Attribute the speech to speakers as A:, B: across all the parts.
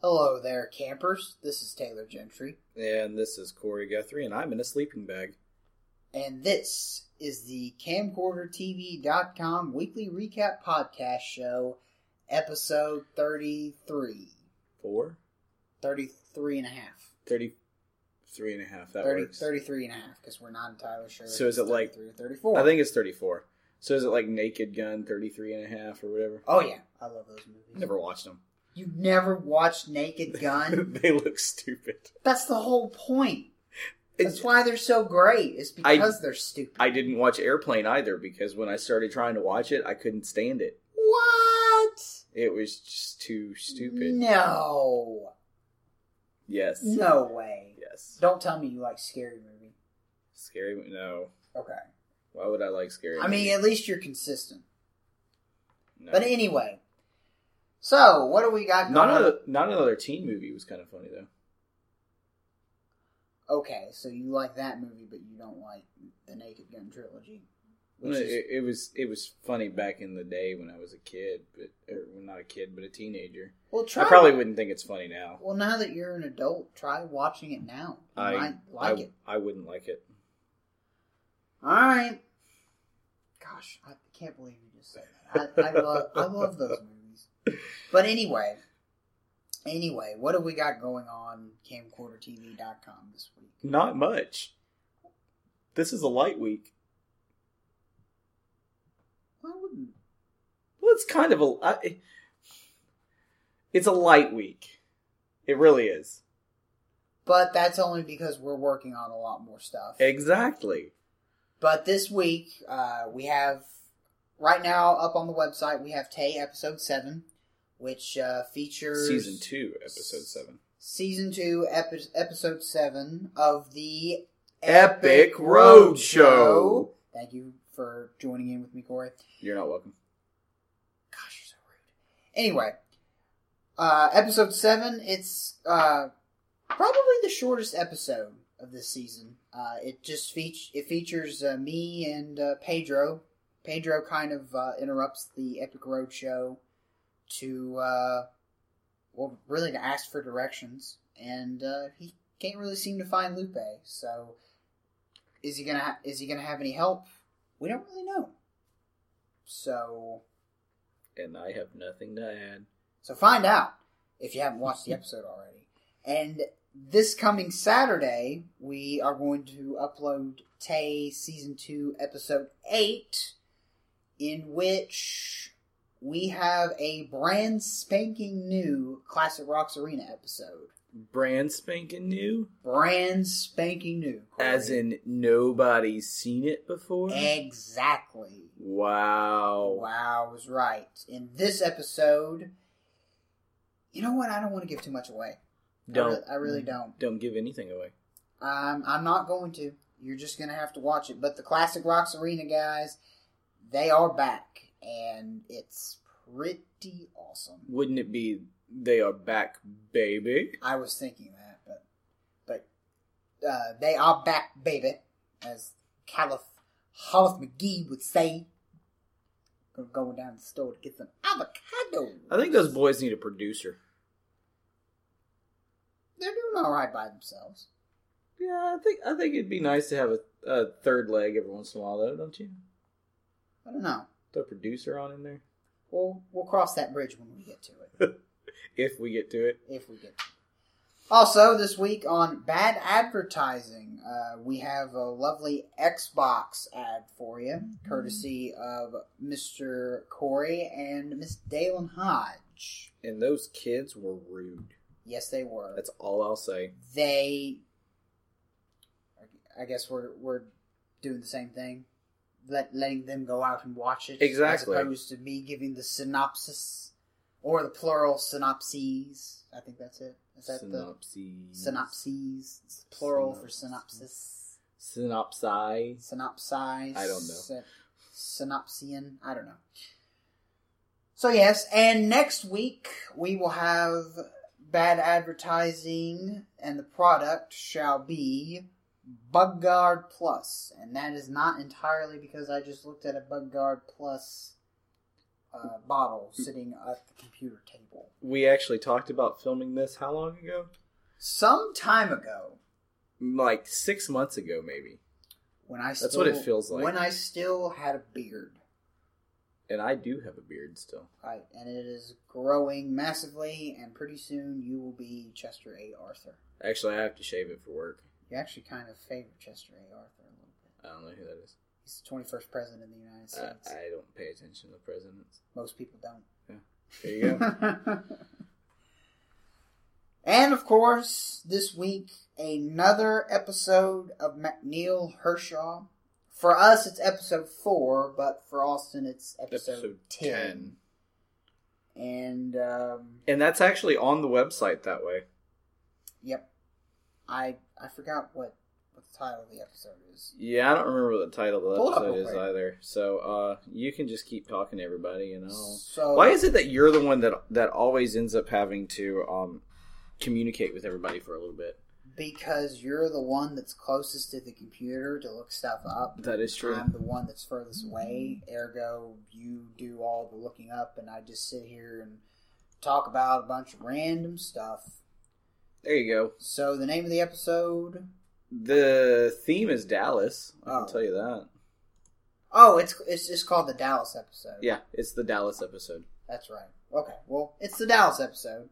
A: Hello there, campers. This is Taylor Gentry,
B: And this is Corey Guthrie, and I'm in a sleeping bag.
A: and this is the CamcorderTV.com weekly recap podcast show, episode 33.
B: Four?
A: 33 and a half.
B: Thirty-three and a half. That
A: 30,
B: works.
A: 33 and a half, because we're not entirely sure.
B: So
A: if
B: is it like-
A: 33 or 34?
B: I think it's 34. So is it like Naked Gun 33 and a half or whatever?
A: Oh, yeah. I love those movies.
B: Never watched them.
A: You never watched Naked Gun?
B: they look stupid.
A: That's the whole point.
B: It's-
A: That's why they're so great, is
B: I-
A: because they're stupid.
B: I didn't watch Airplane either because when I started trying to watch it, I couldn't stand it.
A: what?
B: It was just too stupid.
A: No.
B: Yes.
A: No way.
B: Yes.
A: Don't tell me you like scary movie.
B: Scary. mo- No.
A: Okay.
B: Why would I like scary?
A: I mean,
B: movies?
A: at least you're consistent.
B: No.
A: But anyway. So, what do we got
B: not
A: going
B: another, not another teen movie was kind of funny though.
A: Okay, so you like that movie, but you don't like the Naked Gun trilogy. Which
B: it,
A: is,
B: it was it was funny back in the day when I was a kid, but or well, not a kid, but a teenager.
A: well, try.
B: I probably wouldn't think it's funny now.
A: Well, now that you're an adult, try watching it now. You
B: I-
A: might like
B: I,
A: it.
B: I wouldn't like it.
A: All right. Gosh, I can't believe you just said that. I, I love, I love those movies. But anyway, anyway, what have we got going on CamcorderTV.com this week?
B: Not much. This is a light week.
A: Why wouldn't?
B: Well, it's kind of a. I, it's a light week. It really is.
A: But that's only because we're working on a lot more stuff.
B: Exactly.
A: But this week, uh, we have right now up on the website. We have Tay episode seven, which uh, features
B: Season two, episode seven.
A: season two, epi- episode seven of the
B: Epic Road Show.
A: Thank you for joining in with me, Corey.
B: You're not welcome.
A: Gosh, you're so rude. Anyway, uh, episode seven. It's uh, probably the shortest episode of this season. Uh, it just feat it features uh, me and uh, Pedro. Pedro kind of uh, interrupts the Epic Road Show to, uh, well, really to ask for directions, and uh, he can't really seem to find Lupe. So, is he gonna ha- is he gonna have any help? We don't really know. So,
B: And I have nothing to add.
A: so find out if you haven't watched the episode already. And this coming Saturday, we are going to upload Tay Season 2, Episode 8, in which we have a brand spanking new Classic Rocks Arena episode.
B: Brand spanking new,
A: Brand spanking new. Corey.
B: as in nobody's seen it before.
A: Exactly.
B: Wow.
A: Wow, I was right. In this episode, you know what? I don't want to give too much away. I
B: Don't. Mm.
A: re- I really don't.
B: Don't give anything away.
A: Um, I'm not going to. You're just going to have to watch it. But the Classic Rocks Arena guys, they are back, and it's pretty awesome.
B: Wouldn't it be they are back, baby?
A: I was thinking that, but but uh, they are back, baby, as Caliph Hollis McGee would say. Go- Going down to the store to get some avocado.
B: I think those boys need a producer.
A: They're doing all right by themselves.
B: Yeah, I think I think it'd be nice to have a, a third leg every once in a while, though, don't you?
A: I don't know.
B: Throw a producer on in there
A: We'll we'll cross that bridge when we get to it.
B: if we get to it.
A: if we get. Also, this week on bad advertising, uh, we have a lovely Xbox ad for you, courtesy of Mr. Corey and Miss Dalen Hodge.
B: And those kids were rude.
A: Yes, they were.
B: That's all I'll say.
A: They, I guess we're we're doing the same thing, let letting them go out and watch it
B: Exactly.
A: as opposed to me giving the synopsis or the plural synopses. I think that's it. Is that the
B: Synopses.
A: synopses. It's plural for synopsis.
B: Synopsis. Synopsi.
A: Synopsize.
B: I don't know.
A: Synopsian. I don't know. So yes, and next week we will have bad advertising, and the product shall be Bug Guard Plus, and that is not entirely because I just looked at a Bug Guard Plus uh, bottle sitting at the computer table.
B: We actually talked about filming this how long ago?
A: Some time ago,
B: Like six months ago, maybe.
A: when I still,
B: That's what it feels like.
A: When I still had a beard,
B: And I do have a beard still.
A: I, and it is growing massively, and pretty soon you will be Chester A. Arthur.
B: Actually, I have to shave it for work.
A: You actually kind of favor Chester A. Arthur a little bit.
B: I don't know who that is.
A: He's the twenty-first president of the United States.
B: Uh, I, I don't pay attention to presidents.
A: Most people don't.
B: There you go.
A: and of course, this week, another episode of McNeil Hershaw. For us, it's episode four, but for Austin, it's episode,
B: Episode
A: 10. And, um,
B: and that's actually on the website that way.
A: yep. I I forgot what, what the title of the episode is.
B: Yeah, I don't remember what the title of the
A: Pull it up
B: episode
A: real
B: is
A: quick.
B: either. So uh, you can just keep talking to everybody, and I'll.
A: So,
B: Why is it that you're the one that that always ends up having to um, communicate with everybody for a little bit?
A: because you're the one that's closest to the computer to look stuff up.
B: That is true.
A: I'm the one that's furthest away. Ergo, you do all the looking up, and I just sit here and talk about a bunch of random stuff.
B: There you go.
A: So the name of the episode.
B: The theme is Dallas. I
A: Oh.
B: can tell you that.
A: Oh, it's it's just called the Dallas episode.
B: Yeah, it's the Dallas episode.
A: that's right. Okay, well, it's the Dallas episode,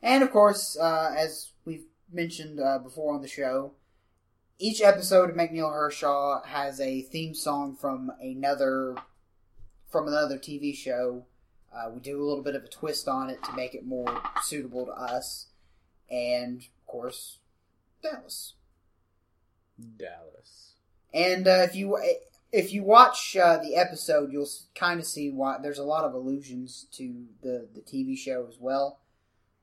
A: and of course, uh, as we've mentioned uh, before on the show, each episode of McNeil Hershaw has a theme song from another from another TV show. Uh, we do a little bit of a twist on it to make it more suitable to us, and of course, Dallas.
B: Dallas.
A: And uh, if you if you watch uh, the episode, you'll kind of see why there's a lot of allusions to the the TV show as well.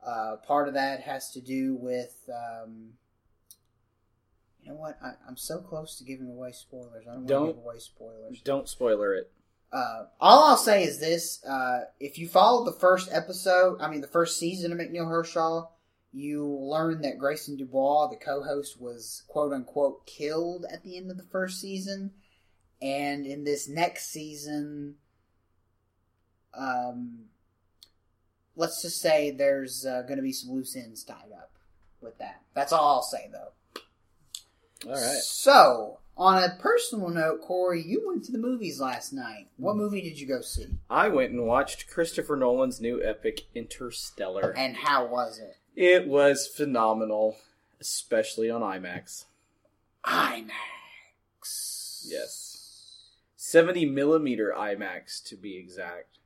A: Uh, part of that has to do with um, you know what I, I'm so close to giving away spoilers. I don't,
B: Don't.
A: want to give away spoilers.
B: Don't spoiler it.
A: Uh, all I'll say is this: uh, if you follow the first episode, I mean the first season of McNeil Hershaw, you learn that Grayson Dubois, the co-host, was quote unquote killed at the end of the first season, and in this next season, um, let's just say there's uh, going to be some loose ends tied up with that. That's all I'll say though.
B: All right.
A: So, on a personal note, Corey, you went to the movies last night.
B: Hmm.
A: What movie did you go see,
B: I went and watched Christopher Nolan's new epic Interstellar.
A: and how was it?
B: It was phenomenal, especially on IMAX.
A: IMAX.
B: Yes. 70 millimeter IMAX to be exact.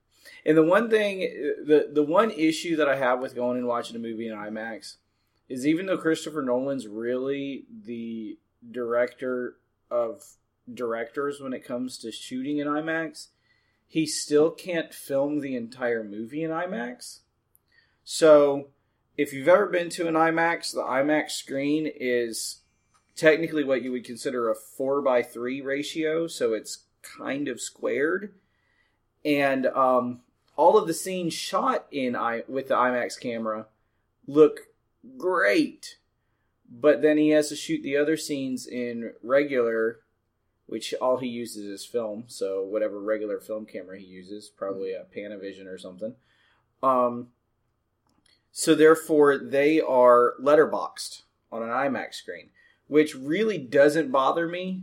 B: And the one thing, the, the one issue that I have with going and watching a movie in IMAX is even though Christopher Nolan's really the director of directors when it comes to shooting in IMAX, he still can't film the entire movie in IMAX. So if you've ever been to an IMAX, the IMAX screen is technically what you would consider a four by three ratio, so it's kind of squared. And um, all of the scenes shot in I with the IMAX camera look great, but then he has to shoot the other scenes in regular, which all he uses is film. So whatever regular film camera he uses, probably a Panavision or something. Um, so therefore, they are letterboxed on an IMAX screen which really doesn't bother me,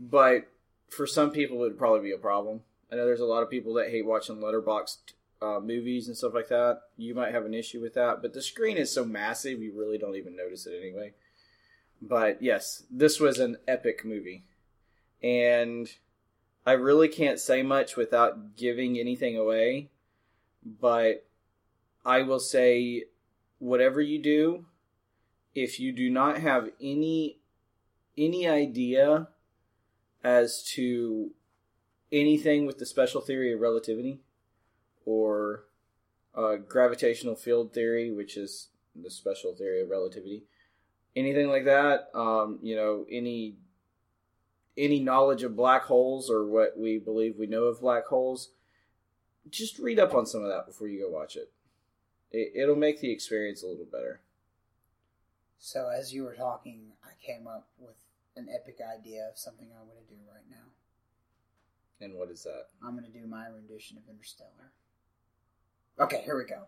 B: but for some people it would probably be a problem. I know there's a lot of people that hate watching letterboxed uh, movies and stuff like that. You might have an issue with that, but the screen is so massive you really don't even notice it anyway. But yes, this was an epic movie, and I really can't say much without giving anything away. But I will say, whatever you do, if you do not have any any idea as to anything with the special theory of relativity or uh, gravitational field theory, which is the special theory of relativity, anything like that, um, you know, any any knowledge of black holes or what we believe we know of black holes, just read up on some of that before you go watch it. it it'll make the experience a little better.
A: So, as you were talking, I came up with an epic idea of something I want to do right now.
B: And what is that?
A: I'm gonna do my rendition of Interstellar. Okay, here we go.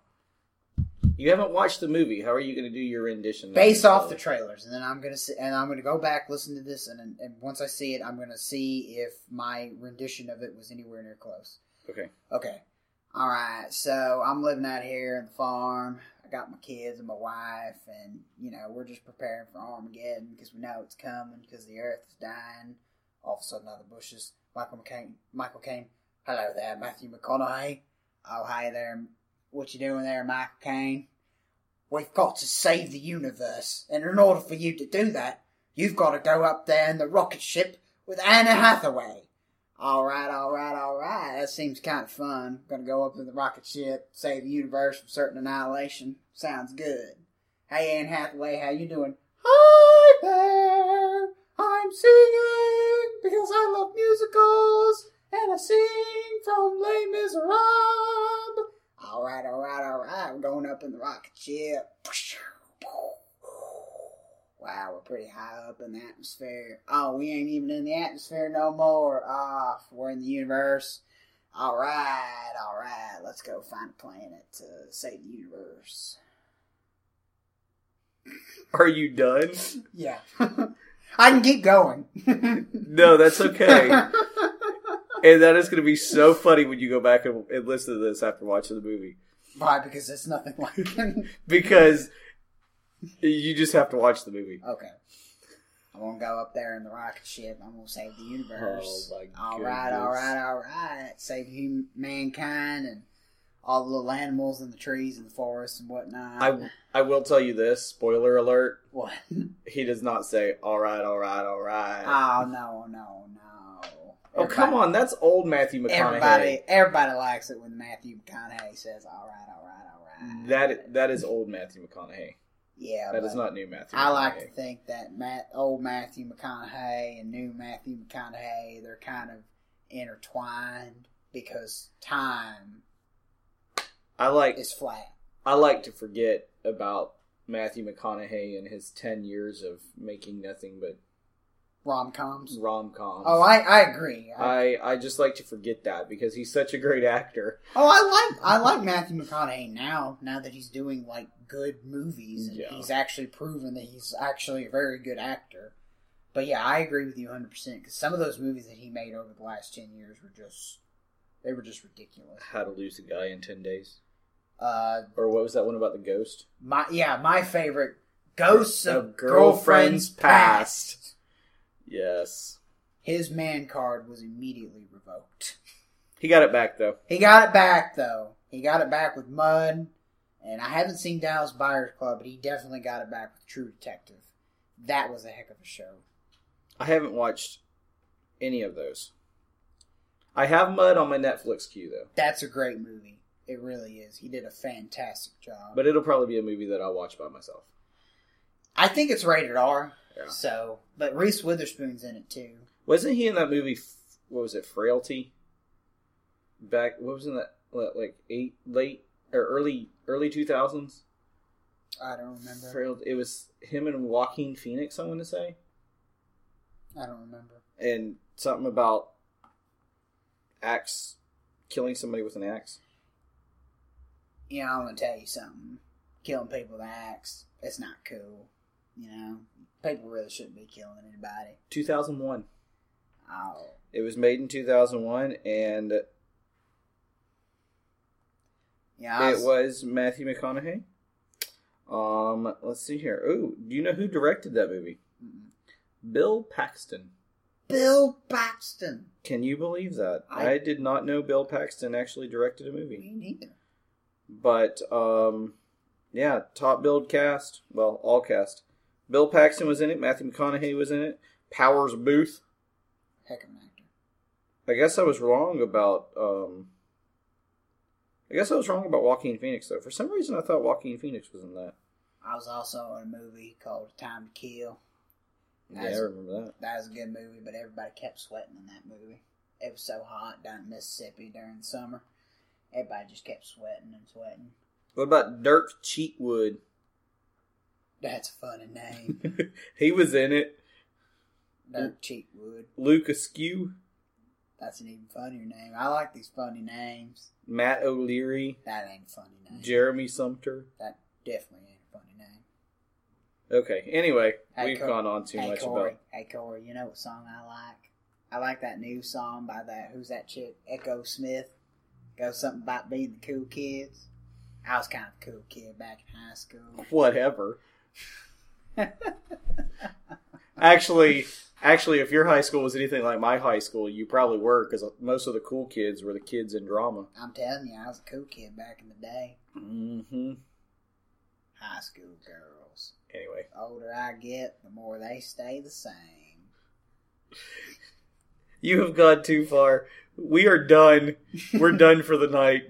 B: You haven't watched the movie. How are you going to do your rendition?
A: Based off the trailers, and then I'm gonna see, and I'm gonna go back listen to this, and then- and once I see it, I'm gonna see if my rendition of it was anywhere near close.
B: okay.
A: Okay. All right. So I'm living out here on the farm. I got my kids and my wife, and you know we're just preparing for Armageddon because we know it's coming because the Earth is dying. All of a sudden, out of the bushes, Michael McCain. Michael Caine. Hello there, Matthew McConaughey. Oh, hey there. What you doing there, Michael Caine? We've got to save the universe, and in order for you to do that, you've got to go up there in the rocket ship with Anna Hathaway. All right, all right, all right. That seems kind of fun. Gonna go up in the rocket ship, save the universe from certain annihilation. Sounds good. Hey, Anne Hathaway, how you doing? Hi there. I'm singing because I love musicals, and I sing from Les Miserables. All right, all right, all right. We're going up in the rocket ship. Wow, we're pretty high up in the atmosphere. Oh, we ain't even in the atmosphere no more. Ah, we're in the universe. All right, all right. Let's go find a planet to save the universe.
B: Are you done?
A: Yeah, I can keep going.
B: No, that's okay. and that is going to be so funny when you go back and, and listen to this after watching the movie
A: Why? Because it's nothing like.
B: because you just have to watch the movie.
A: okay. I'm gonna go up there in the rocket ship. I'm gonna save the universe.
B: Oh, my
A: All right, all
B: goodness.
A: right, all right. Save hum- mankind and all the little animals and the trees and the forests and whatnot.
B: I I will tell you this. Spoiler alert.
A: what?
B: He does not say all right, all right, all right.
A: Oh no, no, no!
B: oh come on, that's old Matthew McConaughey.
A: Everybody, everybody likes it when Matthew McConaughey says, "All right, all right, all right."
B: That that is old Matthew McConaughey.
A: yeah,
B: That is
A: but
B: not new Matthew.
A: I like to
B: McConaughey.
A: think that Matt, old Matthew McConaughey and new Matthew McConaughey, they're kind of intertwined because time
B: I like
A: is flat.
B: I like to forget about Matthew McConaughey and his ten years of making nothing but
A: Rom coms.
B: rom coms.
A: Oh, I, I agree. I,
B: I I just like to forget that because he's such a great actor.
A: oh, I like I like Matthew McConaughey now. Now that he's doing like good movies and
B: Yeah.
A: he's actually proven that he's actually a very good actor. But yeah, I agree with you 100 percent because some of those movies that he made over the last 10 years were just they were just ridiculous.
B: How to lose a guy in ten days,
A: Uh,
B: or what was that one about the ghost?
A: my yeah, my favorite Ghosts of,
B: Of
A: Girlfriends
B: Girlfriends
A: Past.
B: Yes,
A: His man card was immediately revoked.
B: he got it back though.
A: He got it back though. He got it back with Mud, and I haven't seen Dallas Buyers Club, but he definitely got it back with True Detective. That was a heck of a show.
B: I haven't watched any of those. I have Mud on my Netflix queue though,
A: That's a great movie. It really is. He did a fantastic job.
B: but it'll probably be a movie that I'll watch by myself.
A: I think it's rated R.
B: Yeah.
A: So, but Reese Witherspoon's in it too.
B: Wasn't he in that movie? F- What was it? Frailty. Back what was in that what, like eight late or early early two thousands?
A: I don't remember.
B: Frailty. It was him and Joaquin Phoenix. I want to say.
A: I don't remember.
B: and something about axe killing somebody with an axe.
A: you know, I'm gonna tell you something. Killing people with an axe, it's not cool. You know, people really shouldn't be killing anybody.
B: 2001.
A: Oh,
B: It was made in 2001, and it
A: yeah, I was,
B: was Matthew McConaughey. Um, let's see here. Ooh, do you know who directed that movie?
A: Mm-mm.
B: Bill Paxton.
A: Bill Paxton.
B: Can you believe that?
A: I-
B: I, did not know Bill Paxton actually directed a movie.
A: Me neither.
B: But um, yeah, top build cast. Well, all cast. Bill Paxton was in it. Matthew McConaughey was in it. Powers Booth.
A: Heck of an actor.
B: I guess I was wrong about. Um, I guess I was wrong about Joaquin Phoenix though. For some reason, I thought Joaquin Phoenix was in that.
A: I was also in a movie called Time to Kill.
B: Yeah, I
A: As-
B: remember that.
A: That was a good movie, but everybody kept sweating in that movie. It was so hot down in Mississippi during the summer. Everybody just kept sweating and sweating.
B: What about Dirk Cheatwood?
A: That's a funny name.
B: he was in it.
A: Dirt Cheatwood.
B: Luke Askew.
A: That's an even funnier name. I like these funny names.
B: Matt O'Leary,
A: That ain't a funny name.
B: Jeremy Sumter.
A: that definitely ain't a funny name.
B: Okay. Anyway,
A: Hey,
B: we've
A: Cor-
B: gone on too
A: hey
B: much
A: Corey,
B: about.
A: hey Corey, you know what song I like? I like that new song by that who's that chick Echo Smith. Goes something about being the cool kids. I was kind of a cool kid back in high school.
B: whatever. actually, actually, if your high school was anything like my high school, you probably were because most of the cool kids were the kids in drama.
A: I'm telling you, I was a cool kid back in the day.
B: Mm-hmm.
A: High school girls.
B: Anyway,
A: The older I get, the more they stay the same.
B: you have gone too far. We are done. We're done for the night.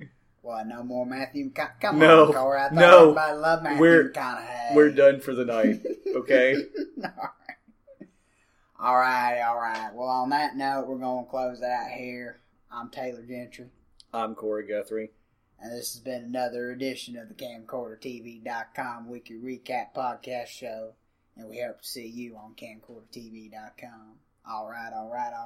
A: Well, no more Matthew. McCona- Come
B: No.
A: on, Corey. I thought
B: No.
A: everybody loved Matthew
B: We're-
A: McConaughey.
B: We're done for the night. Okay.
A: All right, all right. Well, on that note, we're going to close that out here. I'm Taylor Gentry,
B: I'm Corey Guthrie.
A: and this has been another edition of the CamcorderTV.com Weekly Recap Podcast Show, and we hope to see you on CamcorderTV.com. All right, all right, all right.